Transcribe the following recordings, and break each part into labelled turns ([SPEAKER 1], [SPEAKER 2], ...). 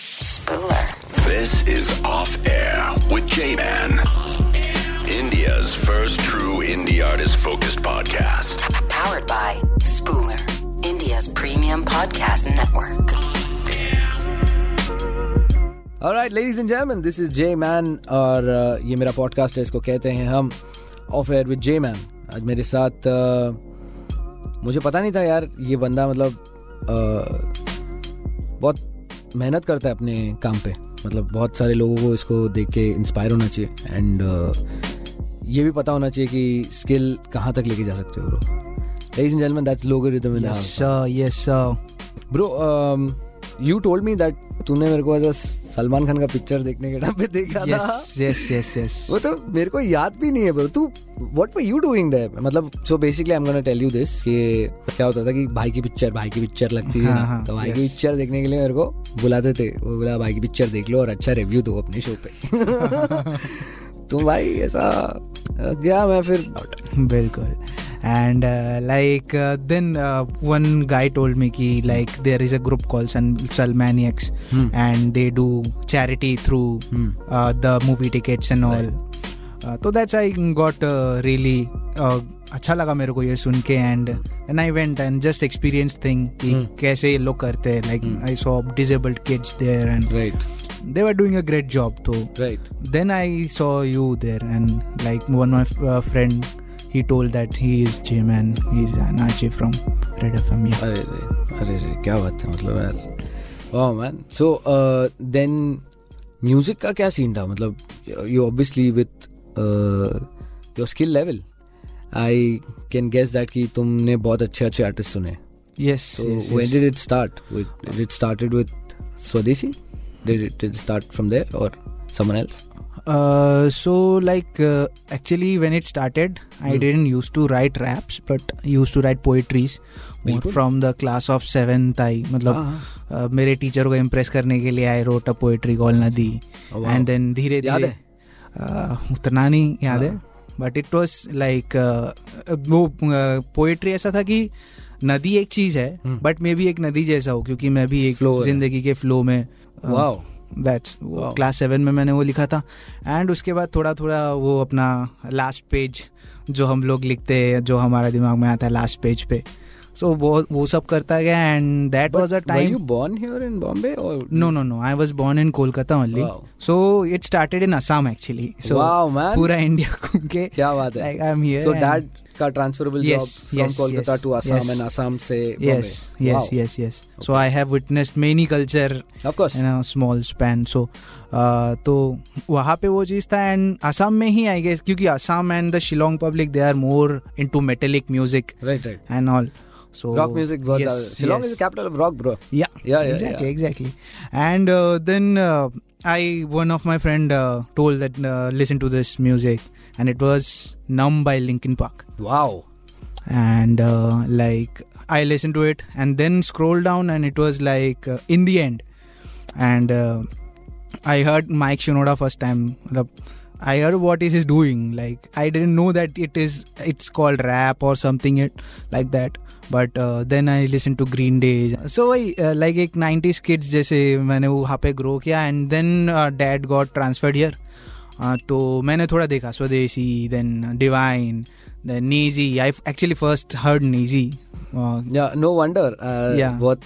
[SPEAKER 1] Spooler.
[SPEAKER 2] This is Off Air with J Man, India's first true indie artist focused podcast.
[SPEAKER 1] Powered by Spooler, India's premium podcast network.
[SPEAKER 3] All right, ladies and gentlemen, this is Jay Man और uh, ये मेरा podcast है इसको कहते हैं हम off air with Jay Man. आज मेरे साथ uh, मुझे पता नहीं था यार ये बंदा मतलब uh, बहुत मेहनत करता है अपने काम पे मतलब बहुत सारे लोगों को इसको देख के इंस्पायर होना चाहिए एंड ये भी पता होना चाहिए कि स्किल कहाँ तक लेके जा सकते हो bro ladies and gentleman that's logarithm in the
[SPEAKER 4] Yes,
[SPEAKER 3] house
[SPEAKER 4] sir. Yes, sir.
[SPEAKER 3] Bro um, you told me that तूने मेरे को ऐसा सलमान खान का पिक्चर देखने के टाइम पे देखा
[SPEAKER 4] Yes, yes, yes,
[SPEAKER 3] था वो
[SPEAKER 4] yes.
[SPEAKER 3] तो मेरे को याद भी नहीं है ब्रो तू what were you doing there मतलब so basically I am gonna tell you this कि क्या होता था कि भाई की पिक्चर भाई की पिक्चर लगती थी
[SPEAKER 4] हाँ,
[SPEAKER 3] ना
[SPEAKER 4] हाँ,
[SPEAKER 3] तो भाई की
[SPEAKER 4] yes.
[SPEAKER 3] पिक्चर देखने के लिए मेरे को बुलाते थे वो बोला भाई की पिक्चर देख लो और अच्छा रिव्यू दो अपने शो पे तो भाई ऐसा अ, गया मैं फिर
[SPEAKER 4] बिल्कुल and like then one guy told me कि like there is a group call Salmaniacs and they do charity through the movie tickets and all तो दैट्स आई गॉट रियली अच्छा लगा मेरे को ये सुन के and and I went and just experience thing कि कैसे ये लोग करते हैं like I saw disabled kids there and
[SPEAKER 3] right
[SPEAKER 4] they are doing a great job तो
[SPEAKER 3] right
[SPEAKER 4] then i saw you there and like one of my uh, friend he told that he is jim and he's anachi from red fm yeah.
[SPEAKER 3] अरे रे अरे रे क्या बात है मतलब यार वाह मैन सो देन म्यूजिक का क्या सीन था मतलब you obviously with uh, your skill level I can guess that कि तुमने बहुत अच्छे अच्छे आर्टिस्ट सुने
[SPEAKER 4] yes,
[SPEAKER 3] तो
[SPEAKER 4] yes,
[SPEAKER 3] when
[SPEAKER 4] yes.
[SPEAKER 3] Did it start did it started with Swadeshi did it start from there और someone else
[SPEAKER 4] Uh, so like uh, actually when it started i
[SPEAKER 3] Hmm.
[SPEAKER 4] didn't used to write raps but used to write poetries more
[SPEAKER 3] बिल्कुल।
[SPEAKER 4] from the class of seventh i मतलब
[SPEAKER 3] Ah.
[SPEAKER 4] uh, मेरे teacher को impress करने के लिए I wrote a poetry call नदी
[SPEAKER 3] Oh, wow.
[SPEAKER 4] And then धीरे
[SPEAKER 3] याद
[SPEAKER 4] धीरे uh, उतना नहीं याद है
[SPEAKER 3] Ah.
[SPEAKER 4] But it was like वो uh, पोएट्री ऐसा था कि नदी एक चीज है
[SPEAKER 3] हम्म।
[SPEAKER 4] बट मैं भी एक नदी जैसा हूँ क्योंकि मैं भी एक
[SPEAKER 3] Flow है।
[SPEAKER 4] जिंदगी के फ्लो में
[SPEAKER 3] wow
[SPEAKER 4] that's
[SPEAKER 3] Wow.
[SPEAKER 4] Class seven में मैंने वो लिखा था एंड उसके बाद थोड़ा थोड़ा वो अपना लास्ट पेज जो हम लोग लिखते हैं जो हमारा दिमाग में आता है लास्ट पेज पे सो वो वो सब करता गया and that was a
[SPEAKER 3] you
[SPEAKER 4] time
[SPEAKER 3] born here in Bombay और
[SPEAKER 4] no no no I was born in Kolkata only
[SPEAKER 3] Wow.
[SPEAKER 4] So it started in Assam actually so
[SPEAKER 3] Wow, man.
[SPEAKER 4] पूरा इंडिया घूम के
[SPEAKER 3] क्या बात है
[SPEAKER 4] Like, I'm here
[SPEAKER 3] so
[SPEAKER 4] and-
[SPEAKER 3] dad का transferable job
[SPEAKER 4] Yes,
[SPEAKER 3] from
[SPEAKER 4] yes,
[SPEAKER 3] Kolkata
[SPEAKER 4] yes,
[SPEAKER 3] to Assam
[SPEAKER 4] yes.
[SPEAKER 3] And Assam से
[SPEAKER 4] yes yes yes yes so i have witnessed many culture
[SPEAKER 3] of course
[SPEAKER 4] in a small span so तो वहाँ पे वो चीज़ था and Assam में ही आई गेस क्योंकि Assam and the Shillong public they are more into metallic music
[SPEAKER 3] right right
[SPEAKER 4] and all so
[SPEAKER 3] rock music बहुत ज्यादा Shillong is capital of rock bro
[SPEAKER 4] yeah
[SPEAKER 3] Yeah, yeah,
[SPEAKER 4] exactly
[SPEAKER 3] yeah.
[SPEAKER 4] exactly and uh, then uh, i one of my friend uh, told that uh, listen to this music and it was numb by linkin park
[SPEAKER 3] wow
[SPEAKER 4] and uh, like i listened to it and then scroll down and it was like uh, in the end and uh, i heard mike shinoda first time the i heard what is he doing like i didn't know that it is it's called rap or something it like that but uh, then i listened to green day so i uh, like एक 90s kids जैसे मैंने वो वहाँ पे grow किया and then uh, dad got transferred here हाँ, तो मैंने थोड़ा देखा Swadesi then Divine then Naezy I actually first heard नीजी
[SPEAKER 3] या नो वंडर
[SPEAKER 4] Yeah.
[SPEAKER 3] uh, बहुत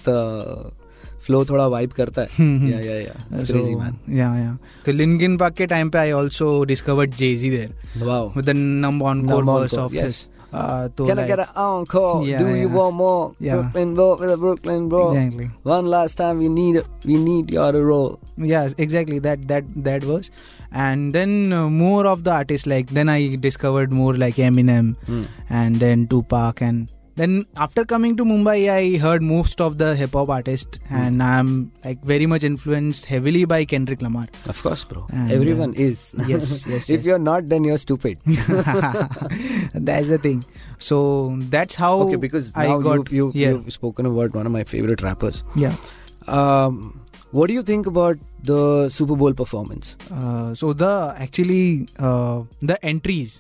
[SPEAKER 3] फ्लो थोड़ा वाइब करता है yeah yeah yeah crazy man
[SPEAKER 4] तो लिनगिन पार्क के टाइम पे I also discovered Jay Z there
[SPEAKER 3] wow
[SPEAKER 4] with the number on core
[SPEAKER 3] Numb on
[SPEAKER 4] verse
[SPEAKER 3] chord,
[SPEAKER 4] of
[SPEAKER 3] yes.
[SPEAKER 4] His तो
[SPEAKER 3] Can I get an encore?
[SPEAKER 4] Yeah,
[SPEAKER 3] Do you
[SPEAKER 4] yeah.
[SPEAKER 3] want more?
[SPEAKER 4] Yeah.
[SPEAKER 3] Brooklyn bro, with a Brooklyn bro.
[SPEAKER 4] Exactly.
[SPEAKER 3] One last time, we need we need your roll.
[SPEAKER 4] yes exactly that that that was and then uh, more of the artists like then i discovered more like eminem
[SPEAKER 3] Hmm.
[SPEAKER 4] and then tupac and then after coming to mumbai i heard most of the hip hop artists
[SPEAKER 3] Hmm.
[SPEAKER 4] and i'm like very much influenced heavily by kendrick lamar
[SPEAKER 3] Of course, bro.
[SPEAKER 4] And, uh,
[SPEAKER 3] Everyone is.
[SPEAKER 4] yes, yes,
[SPEAKER 3] if
[SPEAKER 4] yes.
[SPEAKER 3] you're not, then you're stupid.
[SPEAKER 4] that's the thing so that's how
[SPEAKER 3] okay because
[SPEAKER 4] Oh, i
[SPEAKER 3] now
[SPEAKER 4] got
[SPEAKER 3] you, you
[SPEAKER 4] yeah
[SPEAKER 3] you've spoken about one of my favorite rappers
[SPEAKER 4] yeah
[SPEAKER 3] um what do you think about the super bowl performance
[SPEAKER 4] Uh, so the actually uh, the entries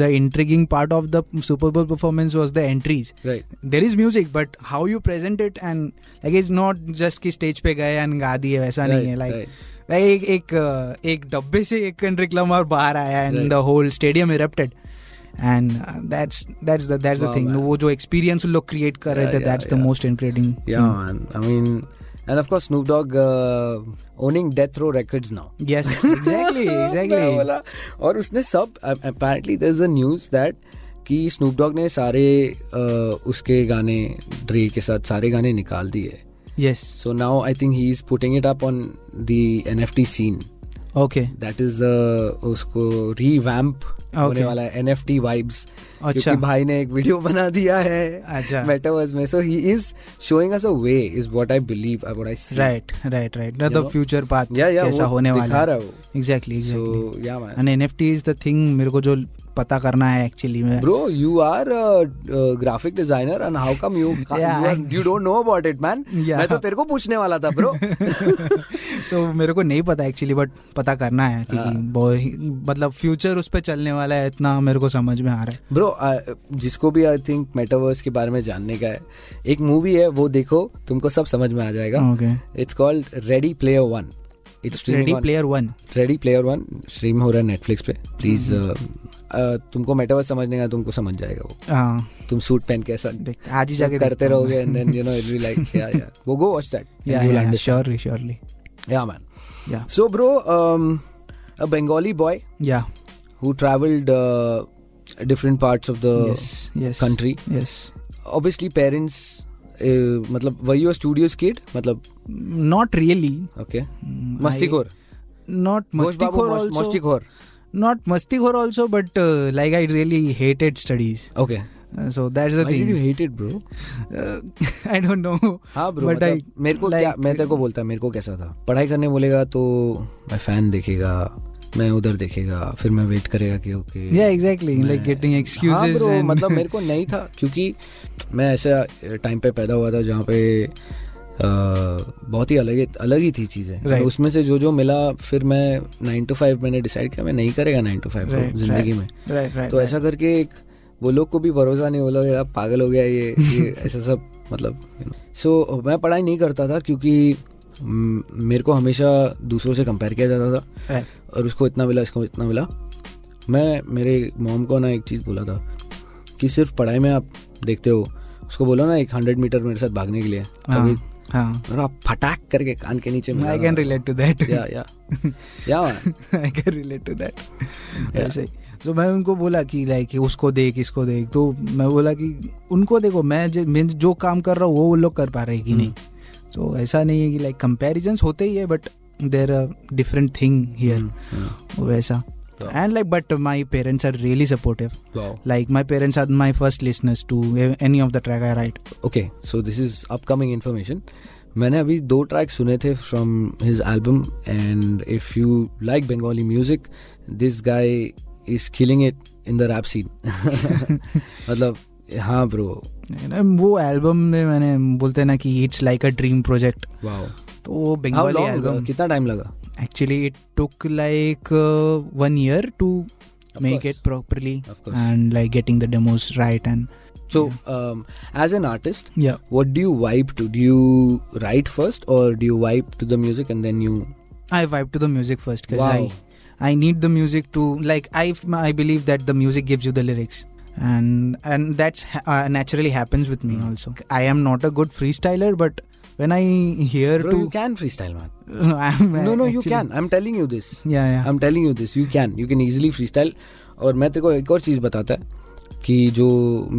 [SPEAKER 4] The intriguing part of the Super Bowl performance was the entries.
[SPEAKER 3] right
[SPEAKER 4] there is music but how you present it and like is not just कि stage पे गए and गा दिए वैसा नहीं है
[SPEAKER 3] right,
[SPEAKER 4] like
[SPEAKER 3] right.
[SPEAKER 4] एक एक uh, एक डब्बे से एक केंड्रिक लमार बाहर आया and
[SPEAKER 3] Right.
[SPEAKER 4] The whole stadium erupted and that's that's the that's the
[SPEAKER 3] Wow,
[SPEAKER 4] thing
[SPEAKER 3] man.
[SPEAKER 4] वो जो एक्सपीरियंस लोग क्रिएट कर रहे
[SPEAKER 3] Yeah,
[SPEAKER 4] थे
[SPEAKER 3] yeah,
[SPEAKER 4] that's the
[SPEAKER 3] yeah.
[SPEAKER 4] Most incredible
[SPEAKER 3] Yeah,
[SPEAKER 4] Hmm.
[SPEAKER 3] man. I mean, and of course, Snoop Dogg uh, owning Death Row Records now.
[SPEAKER 4] Yes exactly
[SPEAKER 3] मैं
[SPEAKER 4] exactly
[SPEAKER 3] बोला, और उसने सब apparently there is a news that कि Snoop Dogg ने सारे uh, उसके गाने ड्रे के साथ सारे गाने निकाल दिए
[SPEAKER 4] yes
[SPEAKER 3] so now I think he is putting it up on the N F T scene
[SPEAKER 4] okay
[SPEAKER 3] that is उसको रीवैम्प होने
[SPEAKER 4] Okay.
[SPEAKER 3] वाला है एन एफ टी वाइब्स
[SPEAKER 4] अच्छा।
[SPEAKER 3] क्योंकि भाई ने एक वीडियो बना दिया है
[SPEAKER 4] अच्छा
[SPEAKER 3] मेटावर्स में so he is showing us a way is what I believe what I see
[SPEAKER 4] right right right
[SPEAKER 3] You
[SPEAKER 4] the
[SPEAKER 3] know?
[SPEAKER 4] Future path
[SPEAKER 3] yeah yeah
[SPEAKER 4] कैसा होने वाला
[SPEAKER 3] दिखा रहा
[SPEAKER 4] है
[SPEAKER 3] है वो
[SPEAKER 4] exactly exactly
[SPEAKER 3] so yeah man
[SPEAKER 4] and N F T is the thing मेरे को जो पता करना है एक्चुअली में
[SPEAKER 3] Bro, you are a uh, graphic designer, and how come you can't,
[SPEAKER 4] Yeah,
[SPEAKER 3] you, are,
[SPEAKER 4] I-
[SPEAKER 3] you don't know about it, man?
[SPEAKER 4] Yeah.
[SPEAKER 3] मैं तो तेरे को पूछने वाला था, bro.
[SPEAKER 4] सो मेरे को नहीं पता एक्चुअली बट पता करना है
[SPEAKER 3] हाँ।
[SPEAKER 4] क्योंकि बहुत- मतलब फ्यूचर उस पर चलने वाला है इतना मेरे को समझ में आ रहा है
[SPEAKER 3] bro, uh, जिसको भी आई थिंक मेटावर्स के बारे में जानने का है, एक मूवी है वो देखो, तुमको सब समझ में आ जाएगा.
[SPEAKER 4] Okay.
[SPEAKER 3] It's called Ready Player One. It's streaming
[SPEAKER 4] ready
[SPEAKER 3] on-
[SPEAKER 4] player one
[SPEAKER 3] ready player one stream हो रहा है नेटफ्लिक्स पे प्लीज
[SPEAKER 4] Mm-hmm.
[SPEAKER 3] तुमको मेटावर्स समझने का तुमको समझ जाएगा वो
[SPEAKER 4] हाँ
[SPEAKER 3] तुम सूट पहन के ऐसा
[SPEAKER 4] देख आज ही जाके
[SPEAKER 3] करते रहोगे and then you know it be like yeah yeah वो go watch that you will understand
[SPEAKER 4] surely surely
[SPEAKER 3] Yeah, man.
[SPEAKER 4] Yeah.
[SPEAKER 3] So, bro, um, a Bengali boy
[SPEAKER 4] yeah
[SPEAKER 3] who traveled uh, different parts of the
[SPEAKER 4] yes yes
[SPEAKER 3] country.
[SPEAKER 4] Yes
[SPEAKER 3] Obviously, parents. Uh, मतलब were you a studious kid? मतलब
[SPEAKER 4] not really
[SPEAKER 3] okay.
[SPEAKER 4] Mm,
[SPEAKER 3] मस्तीखोर.
[SPEAKER 4] Not
[SPEAKER 3] Ghosh बाबू
[SPEAKER 4] मस्तीखोर
[SPEAKER 3] मस्त-
[SPEAKER 4] also
[SPEAKER 3] मस्तीखोर.
[SPEAKER 4] Not मस्तीखोर also but like I really hated studies
[SPEAKER 3] Okay.
[SPEAKER 4] So that's the
[SPEAKER 3] Oh. Why did you
[SPEAKER 4] thing
[SPEAKER 3] hate it, bro?
[SPEAKER 4] Uh, I don't know
[SPEAKER 3] हाँ bro.
[SPEAKER 4] But
[SPEAKER 3] मतलब
[SPEAKER 4] I
[SPEAKER 3] मेरे को क्या
[SPEAKER 4] like-
[SPEAKER 3] मैं तेरे को बोलता मेरे को कैसा था पढ़ाई करने बोलेगा तो मैं फैन देखेगा मैं उधर देखेगा फिर मैं वेट करेगा कि ओके
[SPEAKER 4] या एग्जैक्टली लाइक गेटिंग
[SPEAKER 3] हाँ
[SPEAKER 4] एक्सक्यूजेस
[SPEAKER 3] bro, मतलब मेरे को नहीं था क्योंकि मैं ऐसा टाइम पे पैदा हुआ था जहाँ पे अ, बहुत ही अलग अलग ही थी चीजें तो
[SPEAKER 4] Right.
[SPEAKER 3] उसमें से जो जो मिला फिर मैं नाइन टू फाइव मैंने डिसाइड किया मैं नहीं करेगा नाइन टू फाइव
[SPEAKER 4] Right,
[SPEAKER 3] जिंदगी
[SPEAKER 4] right.
[SPEAKER 3] में
[SPEAKER 4] राइट राइट
[SPEAKER 3] तो ऐसा करके एक वो लोग को भी भरोसा नहीं बोला यार पागल हो गया ये ये ऐसा सब मतलब सो मैं पढ़ाई नहीं करता था क्योंकि म, मेरे को हमेशा दूसरों से कंपेयर किया जाता था और उसको इतना मिला इसको इतना मिला मैं मेरे मॉम को ना एक चीज़ बोला था कि सिर्फ पढ़ाई में आप देखते हो उसको बोलो ना एक हंड्रेड मीटर मेरे साथ भागने के लिए तभी
[SPEAKER 4] हाँ
[SPEAKER 3] मेरा फटाक करके कान के नीचे
[SPEAKER 4] I can relate to that
[SPEAKER 3] yeah yeah yeah man.
[SPEAKER 4] I can relate to that ऐसे ही तो मैं उनको बोला कि लाइक उसको देख इसको देख तो मैं बोला कि उनको देखो मैं जे- मैं जो काम कर रहा हूँ वो वो लोग कर पा रहे हैं कि नहीं
[SPEAKER 3] हम्म।
[SPEAKER 4] तो ऐसा नहीं है कि लाइक कंपैरिजंस होते ही है but there a different thing
[SPEAKER 3] hmm,
[SPEAKER 4] here वैसा
[SPEAKER 3] तो।
[SPEAKER 4] And like but my parents are really supportive
[SPEAKER 3] Wow.
[SPEAKER 4] Like my parents are my first listeners to any of the track I write
[SPEAKER 3] okay so this is upcoming information मैंने अभी दो track सुने थे from his album and if you like Bengali music this guy is killing it in the rap scene मतलब हाँ bro
[SPEAKER 4] वो album में मैंने बोलते हैं ना कि it's like a dream project
[SPEAKER 3] wow
[SPEAKER 4] तो वो
[SPEAKER 3] How
[SPEAKER 4] Bengali
[SPEAKER 3] long? uh,
[SPEAKER 4] album
[SPEAKER 3] कितना टाइम लगा
[SPEAKER 4] actually it took like uh, one year to
[SPEAKER 3] Of
[SPEAKER 4] make
[SPEAKER 3] course.
[SPEAKER 4] it properly
[SPEAKER 3] Of course.
[SPEAKER 4] and like getting the demos right and
[SPEAKER 3] So, um, as an artist,
[SPEAKER 4] yeah
[SPEAKER 3] what do you vibe to? Do you write first, or do you vibe to the music and then you?
[SPEAKER 4] i vibe to the music first because
[SPEAKER 3] Wow.
[SPEAKER 4] i i need the music to like i i believe that the music gives you the lyrics and and that's ha- uh, naturally happens with me
[SPEAKER 3] Hmm.
[SPEAKER 4] also i am not a good freestyler but when i hear
[SPEAKER 3] Bro,
[SPEAKER 4] to
[SPEAKER 3] you can freestyle, man.
[SPEAKER 4] I'm,
[SPEAKER 3] No, no, you
[SPEAKER 4] actually-
[SPEAKER 3] can. I'm telling you this.
[SPEAKER 4] yeah yeah
[SPEAKER 3] I'm telling you this. You can. You can easily freestyle. और मैं तेरे को एक और चीज बताता है कि जो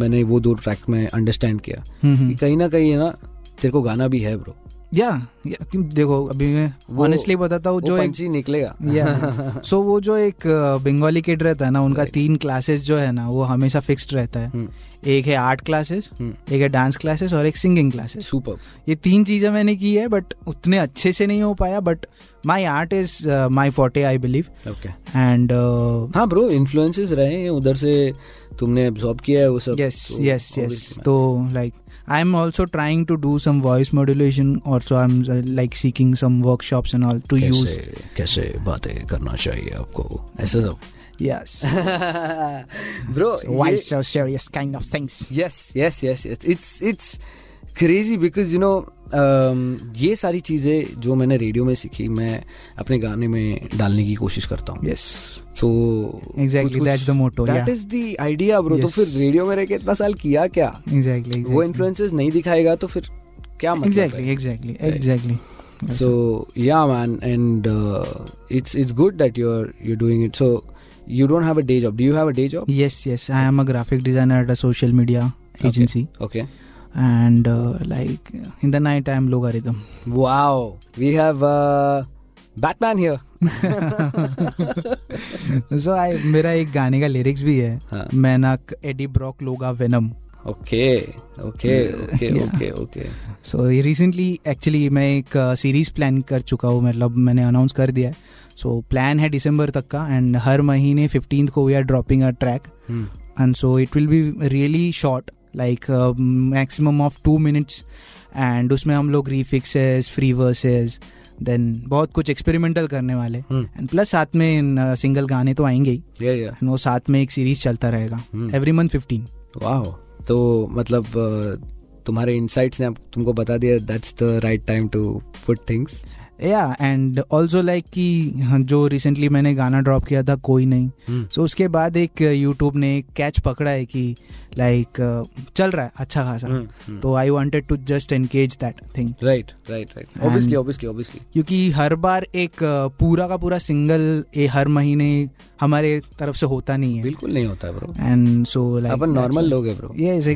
[SPEAKER 3] मैंने वो दो ट्रैक में अंडरस्टैंड किया कि कहीं ना कहीं है ना तेरे को गाना भी है ब्रो
[SPEAKER 4] या या- देखो अभी मैं
[SPEAKER 3] वो-
[SPEAKER 4] ऑनेस्टली बताता हूँ
[SPEAKER 3] जो
[SPEAKER 4] जो एक
[SPEAKER 3] पंची निकलेगा
[SPEAKER 4] या सो वो जो एक बंगाली किड रहता है ना उनका तीन क्लासेस जो है ना वो हमेशा फिक्स्ड रहता है एक है आर्ट क्लासेस एक है डांस क्लासेस और एक सिंगिंग क्लासेस
[SPEAKER 3] सुपर
[SPEAKER 4] ये तीन चीज़ें मैंने की है बट उतने अच्छे से नहीं हो पाया but my art is my forte I believe
[SPEAKER 3] okay
[SPEAKER 4] and
[SPEAKER 3] हाँ ब्रो इन्फ्लुएंसेस रहे हैं उधर से तुमने एब्जॉर्ब किया है वो सब
[SPEAKER 4] यस
[SPEAKER 3] तो
[SPEAKER 4] यस यस
[SPEAKER 3] obviously-
[SPEAKER 4] तो like I am also trying to do some voice modulation also I am like seeking some workshops and all to use
[SPEAKER 3] कैसे कैसे बातें करना चाहिए आपको ऐसे सब
[SPEAKER 4] Yes.
[SPEAKER 3] bro
[SPEAKER 4] So why
[SPEAKER 3] ये-
[SPEAKER 4] so serious kind of things?
[SPEAKER 3] yes yes yes yes it's it's crazy because you know um, ये सारी चीज़ें जो मैंने रेडियो में सीखी मैं अपने गाने में डालने की कोशिश करता हूँ
[SPEAKER 4] Yes.
[SPEAKER 3] So
[SPEAKER 4] Exactly, that's the motto,
[SPEAKER 3] that
[SPEAKER 4] yeah.
[SPEAKER 3] Is the idea bro तो
[SPEAKER 4] Yes.
[SPEAKER 3] फिर रेडियो में रह के इतना साल किया क्या
[SPEAKER 4] Exactly.
[SPEAKER 3] वो
[SPEAKER 4] Exactly.
[SPEAKER 3] इन्फ्लुएंसेस नहीं दिखाएगा तो फिर क्या मतलब
[SPEAKER 4] Exactly.
[SPEAKER 3] है?
[SPEAKER 4] Exactly.
[SPEAKER 3] Right.
[SPEAKER 4] Exactly.
[SPEAKER 3] so yeah man and uh, it's it's good that you're you're doing it so you don't have a day job do you have a day job
[SPEAKER 4] Yes. Yes. I am a graphic designer at a social media agency,
[SPEAKER 3] okay
[SPEAKER 4] and uh, like in the night I am logarithm.
[SPEAKER 3] wow we have uh, batman here
[SPEAKER 4] So I मेरा एक गाने का lyrics भी है.
[SPEAKER 3] हाँ.
[SPEAKER 4] मैं ना Eddie Brock लोगा venom.
[SPEAKER 3] okay okay okay
[SPEAKER 4] Yeah.
[SPEAKER 3] okay okay
[SPEAKER 4] so recently actually मैं एक सीरीज प्लान कर चुका हूँ मतलब मैंने अनाउंस कर दिया है सो प्लान है दिसंबर तक का एंड हर महीने फिफ्टीन को we are dropping a track
[SPEAKER 3] Hmm.
[SPEAKER 4] And so it will be really short like maximum of two minutes and उसमें हम लोग रीफिक्सेस फ्री वर्सेस देन बहुत कुछ एक्सपेरिमेंटल करने वाले
[SPEAKER 3] Hmm.
[SPEAKER 4] एंड प्लस साथ में सिंगल गाने तो आएंगे ही
[SPEAKER 3] yeah yeah
[SPEAKER 4] and वो साथ में एक सीरीज चलता रहेगा
[SPEAKER 3] Hmm.
[SPEAKER 4] Every month fifteen
[SPEAKER 3] wow तो मतलब uh, तुम्हारे insights ने आप तुमको बता दिया that's the right time to put things
[SPEAKER 4] या एंड ऑल्सो लाइक कि हाँ, जो रिसेंटली मैंने गाना ड्रॉप किया था कोई नहीं
[SPEAKER 3] Hmm.
[SPEAKER 4] सो उसके बाद एक यूट्यूब ने एक कैच पकड़ा है कि लाइक चल रहा है अच्छा खासा
[SPEAKER 3] Hmm.
[SPEAKER 4] तो I wanted to just engage that thing
[SPEAKER 3] right right right obviously
[SPEAKER 4] And-
[SPEAKER 3] obviously obviously
[SPEAKER 4] क्योंकि हर बार एक अ, पूरा का पूरा सिंगल ए हर महीने हमारे तरफ से होता नहीं है
[SPEAKER 3] बिल्कुल नहीं होता ब्रो
[SPEAKER 4] एंड सो लाइक
[SPEAKER 3] अपन नॉर्मल लोग है ब्रो
[SPEAKER 4] यस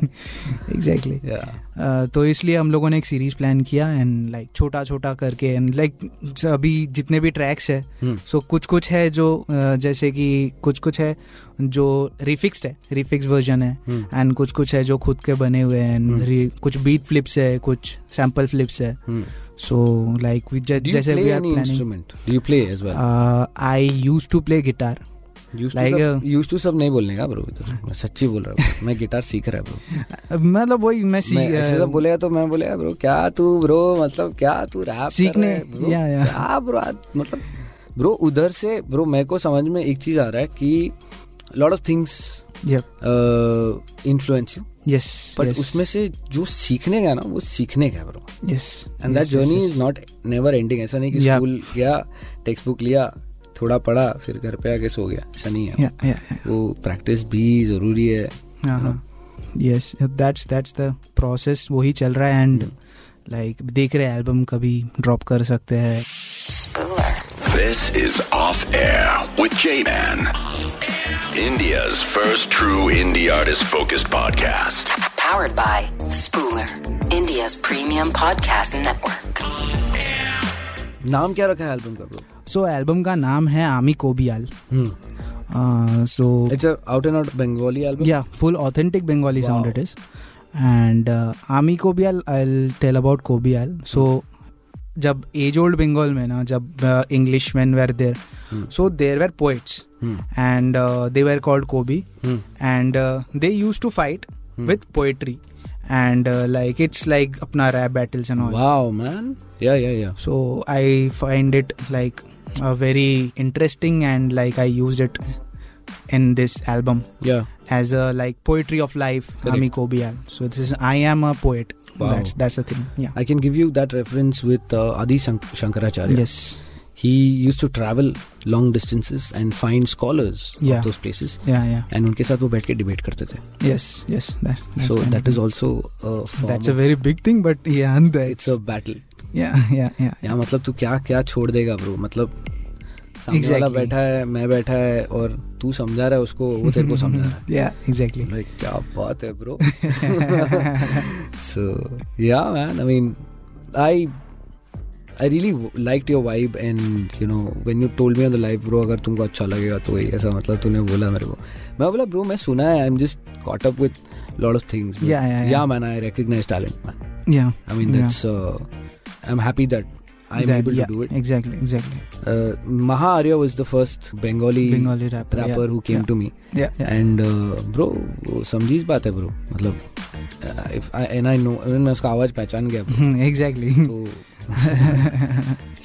[SPEAKER 4] एग्जैक्टली
[SPEAKER 3] yeah
[SPEAKER 4] अ, तो इसलिए हम लोगों ने एक सीरीज प्लान किया एंड लाइक छोटा छोटा करके एंड लाइक अभी जितने भी ट्रैक्स है
[SPEAKER 3] Hmm.
[SPEAKER 4] सो कुछ कुछ है जो अ, जैसे कि कुछ कुछ है जो रिफिक्स्ड है रिफिक्स वर्जन है
[SPEAKER 3] Hmm.
[SPEAKER 4] एंड कुछ कुछ है जो खुद के बने हुए हैं
[SPEAKER 3] Hmm.
[SPEAKER 4] एंड कुछ बीट फ्लिप्स है कुछ सैम्पल फ्लिप्स है
[SPEAKER 3] Hmm.
[SPEAKER 4] So like
[SPEAKER 3] Do you
[SPEAKER 4] जैसे
[SPEAKER 3] play
[SPEAKER 4] we are
[SPEAKER 3] any
[SPEAKER 4] planning
[SPEAKER 3] instrument? Do you play as well?
[SPEAKER 4] I use to play guitar
[SPEAKER 3] Used
[SPEAKER 4] Uh, like,
[SPEAKER 3] to सब
[SPEAKER 4] uh,
[SPEAKER 3] used to सब नहीं बोलने का bro इधर मैं सच्ची बोल रहा हूँ मैं गिटार सीख रहा हूँ ब्रो
[SPEAKER 4] मतलब वही मैं uh, सी
[SPEAKER 3] मैं ऐसे सब बोलेगा तो मैं बोलेगा ब्रो क्या तू ब्रो मतलब क्या तू रैप
[SPEAKER 4] सीखने, yeah, yeah.
[SPEAKER 3] क्या ब्रो मतलब ब्रो उधर से ब्रो मेरे को समझ में एक चीज आ रहा है कि lot of things uh, influence you
[SPEAKER 4] yes
[SPEAKER 3] but उसमें से जो सीखने का ना वो सीखने का है bro
[SPEAKER 4] yes
[SPEAKER 3] and that journey is not never ending ऐसा नहीं कि
[SPEAKER 4] Yeah.
[SPEAKER 3] स्कूल गया टेक्स्ट बुक लिया थोड़ा पढ़ा फिर घर पे आके सो गया ऐसा नहीं है वो प्रैक्टिस भी जरूरी है
[SPEAKER 4] हाँ, yes that's that's the process वही चल रहा है एंड लाइक देख रहे हैं एल्बम कभी ड्रॉप कर सकते हैं
[SPEAKER 1] Spooler.
[SPEAKER 2] This is Off Air with J Man, India's first true indie artist focused podcast.
[SPEAKER 1] Powered by Spooler, India's premium podcast network.
[SPEAKER 3] नाम क्या रखा है एल्बम का ब्रो
[SPEAKER 4] सो एल्बम का नाम है आमी कोबियाल हाँ, so
[SPEAKER 3] it's out and out Bengali album
[SPEAKER 4] या full authentic Bengali
[SPEAKER 3] Wow.
[SPEAKER 4] Sound it is and Ami Kobial I tell about Kobial so जब एज ओल्ड बंगाल में ना जब English man were there so there were poets and they were called kobi and they use to fight with poetry and like it's like अपना rap battles and all
[SPEAKER 3] wow man yeah yeah yeah
[SPEAKER 4] so i find it like uh, very interesting and like i used it in this album
[SPEAKER 3] yeah
[SPEAKER 4] as a like poetry of life
[SPEAKER 3] Correct.
[SPEAKER 4] ami kobial so this is i am a poet
[SPEAKER 3] Wow.
[SPEAKER 4] that's that's the thing yeah
[SPEAKER 3] I can give you that reference with Adi Shankaracharya
[SPEAKER 4] yes
[SPEAKER 3] he use to travel long distances and find scholars
[SPEAKER 4] Yeah.
[SPEAKER 3] Those places
[SPEAKER 4] yeah yeah
[SPEAKER 3] and उनके साथ वो बैठ के debate करते थे
[SPEAKER 4] yes yes that, that's
[SPEAKER 3] so
[SPEAKER 4] kind
[SPEAKER 3] that
[SPEAKER 4] of
[SPEAKER 3] is
[SPEAKER 4] it.
[SPEAKER 3] Also
[SPEAKER 4] that's a very big thing but yeah and
[SPEAKER 3] it's a
[SPEAKER 4] that's
[SPEAKER 3] battle
[SPEAKER 4] yeah yeah yeah
[SPEAKER 3] यहाँ मतलब तू क्या क्या छोड़ देगा ब्रो मतलब सामने वाला
[SPEAKER 4] Exactly.
[SPEAKER 3] बैठा है मैं बैठा है और तू समझा रहा है उसको वो तेरे को समझा रहा है
[SPEAKER 4] yeah exactly
[SPEAKER 3] like क्या बात है bro so yeah man i mean i i really liked your vibe and you know when you told me on the live bro अगर तुमको अच्छा लगेगा तो ये ऐसा मतलब तूने बोला मेरे को मैं बोला bro मैं सुना है i'm just caught up with lot of things bro.
[SPEAKER 4] Yeah, yeah, yeah.
[SPEAKER 3] yeah man i recognize talent man
[SPEAKER 4] yeah
[SPEAKER 3] i mean
[SPEAKER 4] yeah.
[SPEAKER 3] that's uh, i'm happy that i'm
[SPEAKER 4] That-
[SPEAKER 3] able
[SPEAKER 4] yeah,
[SPEAKER 3] to do it
[SPEAKER 4] exactly exactly
[SPEAKER 3] uh, Maha Arya was the first bengali,
[SPEAKER 4] bengali rapper yeah,
[SPEAKER 3] rapper who came
[SPEAKER 4] yeah,
[SPEAKER 3] to me uh,
[SPEAKER 4] yeah, yeah.
[SPEAKER 3] And bro वो समझी इस बात है bro uh, मतलब if I and I know मैं उसका आवाज पहचान गया bro.
[SPEAKER 4] Hmm, exactly
[SPEAKER 3] तो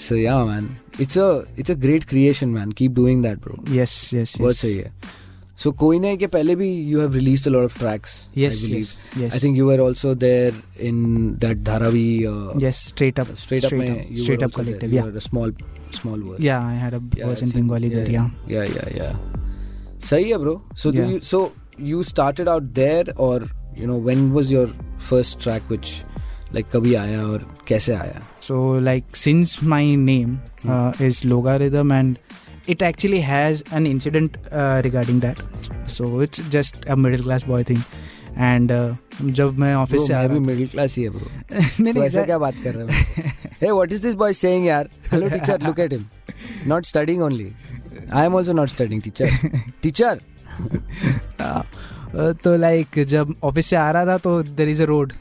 [SPEAKER 3] so yeah, man, it's a it's a great creation, man. Keep doing that, bro.
[SPEAKER 4] yes yes
[SPEAKER 3] बहुत
[SPEAKER 4] yes
[SPEAKER 3] सही है सो कोई नहीं के पहले भी you have released a lot of tracks
[SPEAKER 4] yes yes yes
[SPEAKER 3] I think you are also there in that Dharavi
[SPEAKER 4] yes straight up
[SPEAKER 3] straight up में you
[SPEAKER 4] straight
[SPEAKER 3] were
[SPEAKER 4] up
[SPEAKER 3] also there.
[SPEAKER 4] collective
[SPEAKER 3] You
[SPEAKER 4] yeah
[SPEAKER 3] were a small small verse.
[SPEAKER 4] yeah i had a
[SPEAKER 3] Yeah,
[SPEAKER 4] verse in
[SPEAKER 3] it's in-
[SPEAKER 4] bengali there yeah
[SPEAKER 3] yeah yeah yeah सही है bro so do
[SPEAKER 4] Yeah.
[SPEAKER 3] You so you started out there और you know when was your first track which like कभी आया और कैसे आया
[SPEAKER 4] So, like, since my name
[SPEAKER 3] Hmm.
[SPEAKER 4] uh, is logarithm, and it actually has an incident uh, regarding that. So it's just a middle class boy thing. And uh, जब मैं
[SPEAKER 3] Bro,
[SPEAKER 4] office से आ
[SPEAKER 3] मैं
[SPEAKER 4] रहा
[SPEAKER 3] भी
[SPEAKER 4] था
[SPEAKER 3] मिडिल क्लास ही है ब्रो
[SPEAKER 4] नहीं
[SPEAKER 3] तो
[SPEAKER 4] नहीं
[SPEAKER 3] ऐसा
[SPEAKER 4] that-
[SPEAKER 3] क्या बात कर रहे हो hey what is this boy saying यार hello teacher look at him not studying only I am also not studying teacher teacher
[SPEAKER 4] आ, अ, तो लाइक जब ऑफिस से आ रहा था तो देर इज़ अ रोड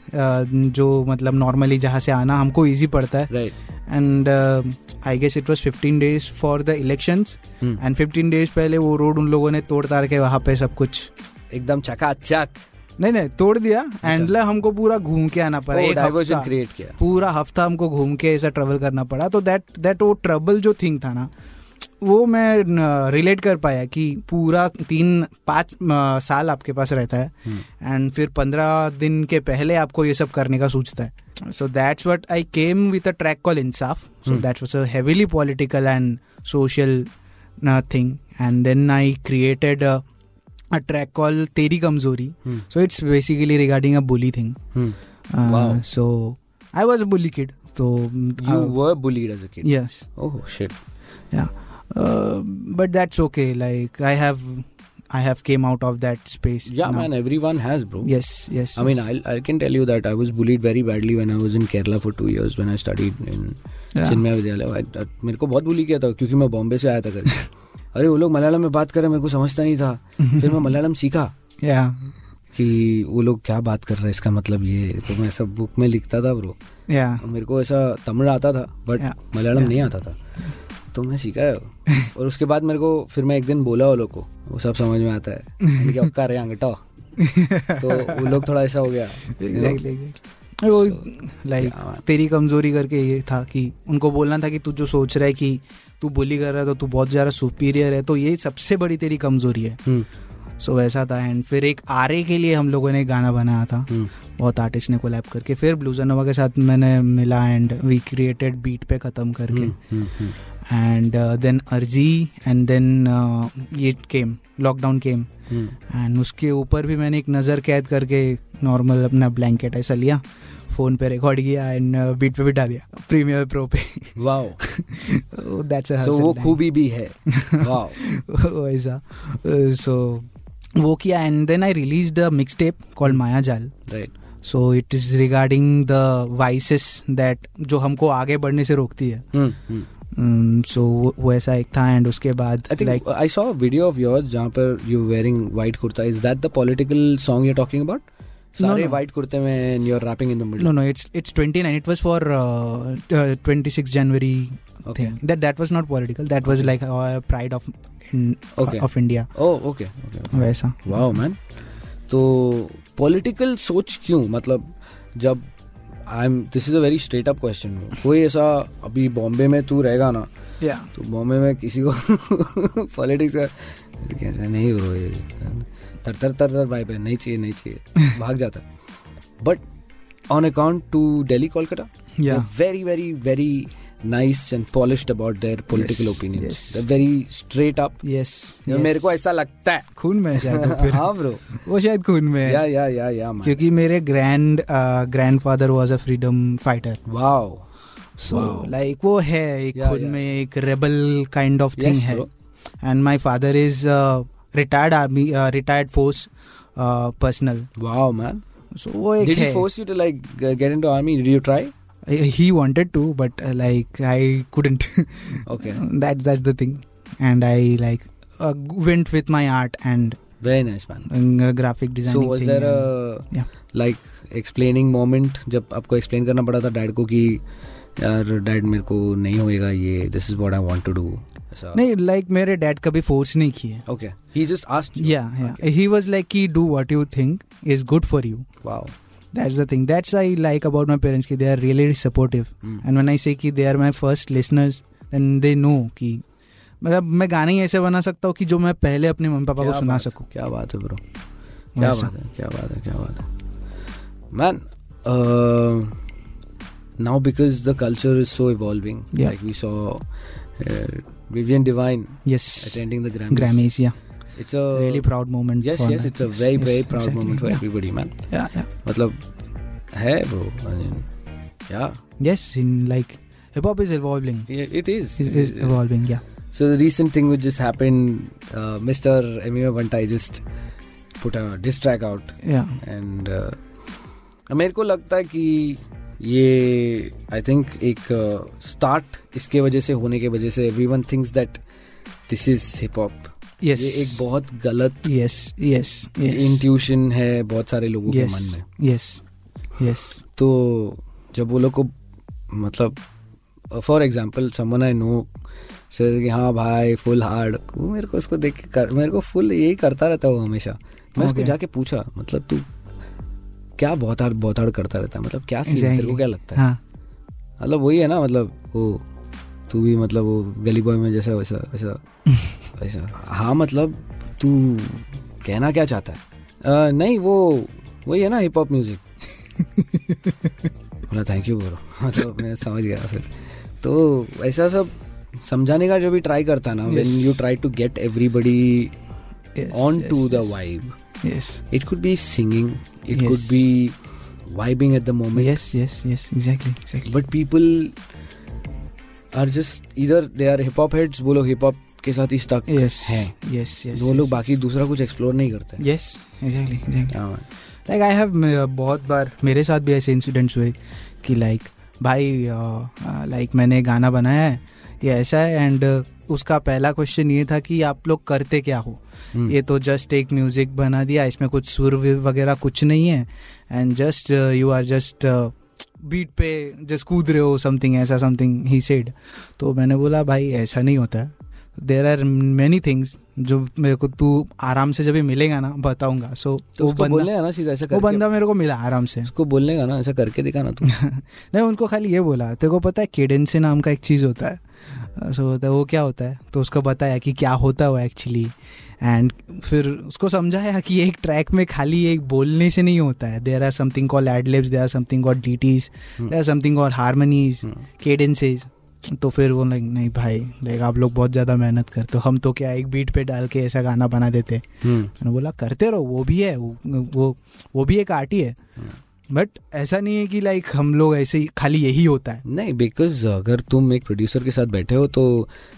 [SPEAKER 4] जो मतलब नॉर्मली जहाँ से आना हमको इजी पड़ता है uh,
[SPEAKER 3] right
[SPEAKER 4] and I guess it was 15 days for the elections
[SPEAKER 3] Hmm.
[SPEAKER 4] And 15 days पहले वो रोड उन लोगों ने तोड़ ताड़ के वहाँ पे सब कुछ
[SPEAKER 3] एकदम चकाचक
[SPEAKER 4] नहीं नहीं तोड़ दिया एंड हमको पूरा घूम के आना पड़ा
[SPEAKER 3] पर
[SPEAKER 4] एक
[SPEAKER 3] डाइवर्जन
[SPEAKER 4] हफ्ता
[SPEAKER 3] क्रिएट किया
[SPEAKER 4] पूरा हफ्ता हमको घूम के ऐसा ट्रेवल करना पड़ा तो दैट दैट वो ट्रबल जो थिंग था ना वो मैं रिलेट कर पाया कि पूरा तीन पाँच अ, साल आपके पास रहता है एंड फिर पंद्रह दिन के पहले आपको ये सब करने का सोचता है so that's what I came with a track call Insaaf so that was a heavily political and social thing and then I created a track call Teri Kamzori
[SPEAKER 3] Hmm.
[SPEAKER 4] So it's basically regarding a bully thing Uh,
[SPEAKER 3] Wow.
[SPEAKER 4] so I was a bully kid. So mm, uh,
[SPEAKER 3] you
[SPEAKER 4] Um,
[SPEAKER 3] were bullied as a kid
[SPEAKER 4] yes,
[SPEAKER 3] oh shit
[SPEAKER 4] yeah, uh, but that's okay. Like I have, I have came out of that space.
[SPEAKER 3] Yeah
[SPEAKER 4] now.
[SPEAKER 3] Man everyone has bro
[SPEAKER 4] Yes, yes.
[SPEAKER 3] I mean,
[SPEAKER 4] yes.
[SPEAKER 3] I'll, I can tell you that I was bullied very badly when I was in Kerala for two years when I studied in
[SPEAKER 4] Yeah.
[SPEAKER 3] Chinmaya Vidyalaya I- I- मेरे को बहुत बुली किया था क्योंकि मैं बॉम्बे से आया था कभी अरे वो लोग मलयालम में बात कर रहे हैं, मेरे को समझता नहीं था फिर मैं मलयालम सीखा
[SPEAKER 4] yeah,
[SPEAKER 3] कि वो लोग क्या बात कर रहे हैं इसका मतलब ये है। तो मैं सब बुक में लिखता था ब्रो
[SPEAKER 4] yeah.
[SPEAKER 3] मेरे को ऐसा तमिल आता था बट
[SPEAKER 4] Yeah.
[SPEAKER 3] मलयालम नहीं आता था तो मैं सीखा है और उसके बाद मेरे को फिर मैं एक दिन बोला वो लोग को वो सब समझ में आता है मैंने कहा, "अक्का रे अंगटा तो वो लोग थोड़ा ऐसा हो गया you know?
[SPEAKER 4] Exactly, exactly. वो लाइक
[SPEAKER 3] yeah, man.
[SPEAKER 4] oh, तेरी कमजोरी करके ये था कि उनको बोलना था कि तू जो सोच रहा है कि तू बुली कर रहा है तो तू बहुत ज़्यादा सुपीरियर है तो ये सबसे बड़ी तेरी कमजोरी है
[SPEAKER 3] हम्म,
[SPEAKER 4] सो वैसा था एंड फिर एक आरे के लिए हम लोगों ने एक गाना बनाया था
[SPEAKER 3] हम्म,
[SPEAKER 4] बहुत आर्टिस्ट ने कोलैब करके फिर ब्लूजानोवा के साथ मैंने मिला एंड वी क्रिएटेड बीट पे ख़त्म करके uh,
[SPEAKER 3] hmm, hmm, hmm,
[SPEAKER 4] and then Arzi and then uh, ये came lockdown came
[SPEAKER 3] hmm,
[SPEAKER 4] and उसके ऊपर भी मैंने एक नज़र कैद करके नॉर्मल अपना ब्लैंकेट ऐसा लिया फ़ोन पे रिकॉर्ड किया एंड बीट पे भी डाल दिया प्रीमियर प्रो पे
[SPEAKER 3] वाओ
[SPEAKER 4] दैट्स
[SPEAKER 3] सो वो खूबी भी है वाओ
[SPEAKER 4] वैसा सो वो किया and then I release the mix tape call Maya Jaal
[SPEAKER 3] right
[SPEAKER 4] so it is regarding the vices that जो हमको आगे बढ़ने से रोकती है
[SPEAKER 3] हम्म, आई
[SPEAKER 4] सो वो ऐसा एक था एंड उसके बाद
[SPEAKER 3] think I saw video of yours जहाँ पर you wearing white kurta is that the political song you talking about सारे
[SPEAKER 4] no.
[SPEAKER 3] व्हाइट कुर्ते में and you are rapping in the middle
[SPEAKER 4] no no it's it's 29 it was for uh, 26 January
[SPEAKER 3] Okay.
[SPEAKER 4] Thing that that was not political that was like pride of
[SPEAKER 3] Okay. Oh,
[SPEAKER 4] of India
[SPEAKER 3] oh okay okay
[SPEAKER 4] वैसा
[SPEAKER 3] wow man तो political सोच क्यों मतलब जब I am this is a very straight up question कोई ऐसा अभी बॉम्बे में तू रहेगा ना
[SPEAKER 4] या
[SPEAKER 3] तो बॉम्बे में किसी को पॉलिटिक्स का फिर कहते हैं, नहीं ब्रो ये तर तर तर तर भाई बहन नहीं चाहिए नहीं चाहिए भाग जाता but on account to Delhi Kolkata
[SPEAKER 4] Yeah.
[SPEAKER 3] Very very very nice and polished about there political
[SPEAKER 4] Yes, yes.
[SPEAKER 3] Opinions very straight up
[SPEAKER 4] yes
[SPEAKER 3] मेरे को ऐसा लगता है
[SPEAKER 4] खून में है शायद वो फिर
[SPEAKER 3] हाँ ब्रो
[SPEAKER 4] वो शायद खून में
[SPEAKER 3] या
[SPEAKER 4] है
[SPEAKER 3] या या या man.
[SPEAKER 4] क्योंकि मेरे uh, grand grandfather was a freedom fighter
[SPEAKER 3] Wow.
[SPEAKER 4] So
[SPEAKER 3] Wow.
[SPEAKER 4] Like वो है एक
[SPEAKER 3] Yeah,
[SPEAKER 4] खुद
[SPEAKER 3] yeah.
[SPEAKER 4] में एक rebel kind of thing
[SPEAKER 3] Yes,
[SPEAKER 4] है
[SPEAKER 3] bro.
[SPEAKER 4] And my father is retired army retired force personnel
[SPEAKER 3] Wow, man.
[SPEAKER 4] So uh, वो एक
[SPEAKER 3] Did
[SPEAKER 4] है
[SPEAKER 3] he force you to like g- get into army? Did you try?
[SPEAKER 4] He wanted to but like I couldn't
[SPEAKER 3] Okay.
[SPEAKER 4] That's that's the thing and I like uh, went with my art and
[SPEAKER 3] Very nice, man.
[SPEAKER 4] uh, graphic
[SPEAKER 3] So
[SPEAKER 4] designing
[SPEAKER 3] was
[SPEAKER 4] thing
[SPEAKER 3] there
[SPEAKER 4] and-
[SPEAKER 3] a
[SPEAKER 4] uh, Yeah.
[SPEAKER 3] like explaining moment जब आपको explain करना पड़ा था dad को कि यार dad मेरे को नहीं होएगा ये this is what I want to do. ऐसा.
[SPEAKER 4] नहीं लाइक मेरे डैड कभी फोर्स नहीं किए
[SPEAKER 3] Okay. He just asked you.
[SPEAKER 4] Yeah he was like की do what you think is good for you
[SPEAKER 3] Wow.
[SPEAKER 4] that's the thing that's i like about my parents ki they are really supportive
[SPEAKER 3] Hmm.
[SPEAKER 4] and when i say ki they are my first listeners then they know ki मतलब मैं गाने ही ऐसे बना सकता हूँ कि जो मैं पहले अपने मम्मी पापा को
[SPEAKER 3] क्या
[SPEAKER 4] सुना
[SPEAKER 3] बात-
[SPEAKER 4] सकूँ
[SPEAKER 3] क्या बात है ब्रो क्या
[SPEAKER 4] ऐसा।
[SPEAKER 3] बात है क्या बात है क्या बात है uh, man now because the culture is so evolving
[SPEAKER 4] Yeah.
[SPEAKER 3] Like we saw Vivian divine
[SPEAKER 4] yes
[SPEAKER 3] uh, attending the Grammys.
[SPEAKER 4] Grammys yeah
[SPEAKER 3] It's a
[SPEAKER 4] really proud moment
[SPEAKER 3] Yes,
[SPEAKER 4] for
[SPEAKER 3] yes,
[SPEAKER 4] me.
[SPEAKER 3] it's a
[SPEAKER 4] Yes,
[SPEAKER 3] very,
[SPEAKER 4] yes,
[SPEAKER 3] very proud
[SPEAKER 4] exactly.
[SPEAKER 3] moment for
[SPEAKER 4] Yeah.
[SPEAKER 3] everybody, man.
[SPEAKER 4] yeah, yeah.
[SPEAKER 3] मतलब है bro. I mean, yeah,
[SPEAKER 4] yes in like hip hop is evolving
[SPEAKER 3] it it is.
[SPEAKER 4] is, is evolving yeah
[SPEAKER 3] So the recent thing which just happened, uh, Mr. Eminem Bantai just put a diss track out,
[SPEAKER 4] yeah
[SPEAKER 3] and uh, मेरे को लगता है कि ये I think एक start इसके वजह से होने के वजह से everyone thinks that this is hip hop
[SPEAKER 4] yes
[SPEAKER 3] ये एक बहुत गलत
[SPEAKER 4] yes yes yes
[SPEAKER 3] इंट्यूशन है बहुत सारे लोगों के मन
[SPEAKER 4] yes
[SPEAKER 3] में
[SPEAKER 4] yes yes
[SPEAKER 3] तो जब वो लोग को मतलब for example someone I know से कि हाँ भाई फुल हार्ड वो मेरे को इसको देख के कर, मेरे को फुल यही करता रहता है वो हमेशा मैं उसको
[SPEAKER 4] Okay.
[SPEAKER 3] जाके पूछा मतलब तू क्या बहुत हार्ड बहुत हार्ड करता रहता है मतलब क्या सीन है? तेरे को
[SPEAKER 4] Exactly.
[SPEAKER 3] क्या लगता है
[SPEAKER 4] हाँ
[SPEAKER 3] मतलब वही है ना मतलब वो तू भी मतलब वो गली बॉय में जैसा वैसा वैसा वैसा हाँ मतलब तू कहना क्या चाहता है "अ, नहीं वो वही है ना हिप हॉप म्यूजिक बोला थैंक यू बोलो मतलब मैं समझ गया फिर तो ऐसा सब समझाने का जो भी ट्राई करता है ना when
[SPEAKER 4] Yes.
[SPEAKER 3] You try to get everybody
[SPEAKER 4] yes,
[SPEAKER 3] on
[SPEAKER 4] yes,
[SPEAKER 3] to the
[SPEAKER 4] yes.
[SPEAKER 3] Vibe
[SPEAKER 4] yes
[SPEAKER 3] it could be singing it could
[SPEAKER 4] Yes.
[SPEAKER 3] Be vibing at the moment
[SPEAKER 4] yes yes yes exactly exactly
[SPEAKER 3] but people are just इधर they are hip hop heads वो लोग hip hop के साथ ही stuck
[SPEAKER 4] yes
[SPEAKER 3] हैं
[SPEAKER 4] yes yes
[SPEAKER 3] वो लोग
[SPEAKER 4] yes,
[SPEAKER 3] बाकी
[SPEAKER 4] yes.
[SPEAKER 3] दूसरा कुछ एक्सप्लोर नहीं करते
[SPEAKER 4] yes exactly exactly
[SPEAKER 3] हाँ man.
[SPEAKER 4] Like I have uh, बहुत बार मेरे साथ भी ऐसे इंसिडेंट्स हुए कि लाइक भाई लाइक मैंने गाना बनाया है ये ऐसा है एंड उसका पहला क्वेश्चन ये था कि आप लोग करते क्या हो
[SPEAKER 3] हम्म.
[SPEAKER 4] ये तो जस्ट एक म्यूजिक बना दिया इसमें कुछ सुर वीर वगैरह कुछ नहीं है uh, and just you are just beat uh, पे जस्ट कूद रहे हो समथिंग ऐसा समथिंग ही सेड तो मैंने बोला भाई ऐसा नहीं होता है देर आर मैनी थिंग्स जो मेरे को तू आराम से जब भी मिलेगा ना बताऊंगा सो
[SPEAKER 3] तो उसको बोलने का ना सीधा ऐसा
[SPEAKER 4] वो
[SPEAKER 3] करके
[SPEAKER 4] बंदा मेरे को मिला आराम से
[SPEAKER 3] उसको बोलने का ना ऐसा करके दिखाना तो। तू
[SPEAKER 4] नहीं उनको खाली ये बोला तेरे को पता है केडेंसे नाम का एक चीज़ होता है सो होता है वो क्या होता है तो उसको बताया कि क्या होता हुआ एक्चुअली एंड फिर उसको समझाया कि एक ट्रैक में खाली एक बोलने से नहीं होता है there are something call adlibs there are something call ditties
[SPEAKER 3] hmm.
[SPEAKER 4] There are something और हारमोनीज केडेंसेज तो फिर वो लाइक नहीं भाई लाइक आप लोग बहुत ज़्यादा मेहनत करते हो हम तो क्या एक बीट पे डाल के ऐसा गाना बना देते हैं
[SPEAKER 3] हम्म.
[SPEAKER 4] मैंने बोला करते रहो वो भी है वो वो, वो भी एक आर्ट ही है बट ऐसा नहीं है कि लाइक हम लोग ऐसे ही खाली यही होता है
[SPEAKER 3] नहीं बिकॉज अगर तुम एक प्रोड्यूसर के साथ बैठे हो तो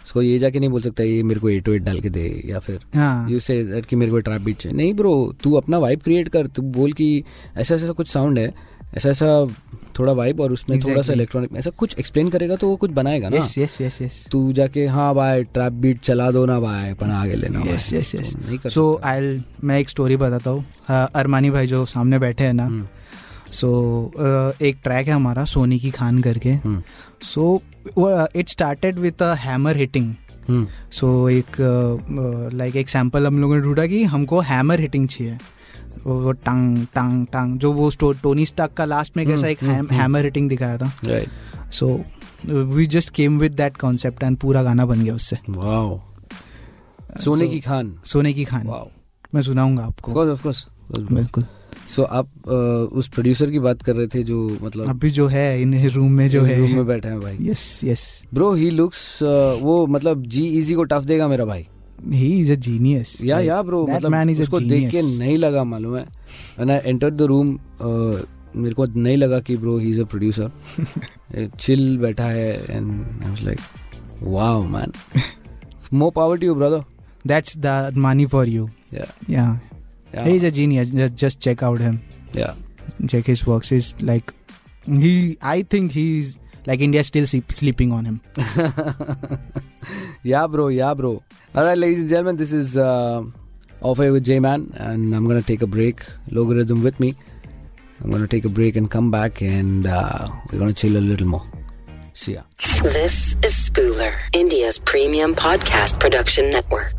[SPEAKER 3] उसको ये जाके नहीं बोल सकता ये मेरे को एट टू एट डाल के दे या फिर
[SPEAKER 4] हाँ
[SPEAKER 3] यू से दैट कि मेरे को ट्रैप बीट चाहिए नहीं ब्रो तू अपना वाइब क्रिएट कर तू बोल कि ऐसा ऐसा कुछ साउंड है ऐसा ऐसा थोड़ा वाइब और उसमें थोड़ा सा
[SPEAKER 4] Exactly.
[SPEAKER 3] इलेक्ट्रॉनिक ऐसा कुछ एक्सप्लेन करेगा तो वो कुछ बनाएगा ना
[SPEAKER 4] यस यस यस यस
[SPEAKER 3] तू जाके हाँ भाई ट्रैप बीट चला दो ना भाई अपन आगे लेना भाई."
[SPEAKER 4] यस यस
[SPEAKER 3] तो नहीं कर
[SPEAKER 4] यस सो आई मैं एक स्टोरी बताता हूँ हाँ, अरमानी भाई जो सामने बैठे हैं
[SPEAKER 3] हम्म।
[SPEAKER 4] ना सो एक ट्रैक है हमारा सोनी की खान करके
[SPEAKER 3] hmm,
[SPEAKER 4] so it started with a hammer hitting
[SPEAKER 3] hmm,
[SPEAKER 4] so एक लाइक एक सैम्पल हम लोगों ने ढूंढा कि हमको हैमर हिटिंग चाहिए वो वो टांग टांग टांग जो वो स्टो- टोनी स्टाक का लास्ट में
[SPEAKER 3] हम्म,
[SPEAKER 4] कैसा एक हैमर हिटिंग दिखाया था
[SPEAKER 3] right.
[SPEAKER 4] So we just came with that concept and पूरा गाना बन गया उससे
[SPEAKER 3] Wow. सोने
[SPEAKER 4] so-
[SPEAKER 3] की खान
[SPEAKER 4] सोने की खान
[SPEAKER 3] वाओ
[SPEAKER 4] मैं सुनाऊंगा आपको
[SPEAKER 3] ऑफ कोर्स
[SPEAKER 4] बिल्कुल
[SPEAKER 3] सो आप अ, उस प्रोड्यूसर की बात कर रहे थे जो मतलब
[SPEAKER 4] अभी जो है इन रूम में जो
[SPEAKER 3] रूम में
[SPEAKER 4] है
[SPEAKER 3] बैठे हैं भाई
[SPEAKER 4] yes yes
[SPEAKER 3] bro he looks वो मतलब जी इजी को टफ देगा मेरा भाई
[SPEAKER 4] he is a genius
[SPEAKER 3] yeah yeah bro
[SPEAKER 4] man
[SPEAKER 3] मतलब
[SPEAKER 4] इज
[SPEAKER 3] उसको देख के नहीं लगा मालूम है and I enter the room uh, मेरे को नहीं लगा कि bro he is a producer chill Uh, बैठा है and I was like wow man more power to you brother
[SPEAKER 4] that's the money for you
[SPEAKER 3] yeah
[SPEAKER 4] yeah he is a genius just check out him
[SPEAKER 3] yeah
[SPEAKER 4] check his works is like he i think he's like india still sleep, sleeping on him
[SPEAKER 3] yeah, bro. Yeah, bro. All right, ladies and gentlemen, this is uh, Off Air with J Man, and I'm gonna take a break. Logarithm with me. I'm gonna take a break and come back, and uh, we're gonna chill a little more. See ya.
[SPEAKER 1] This is Spooler, India's premium podcast production network.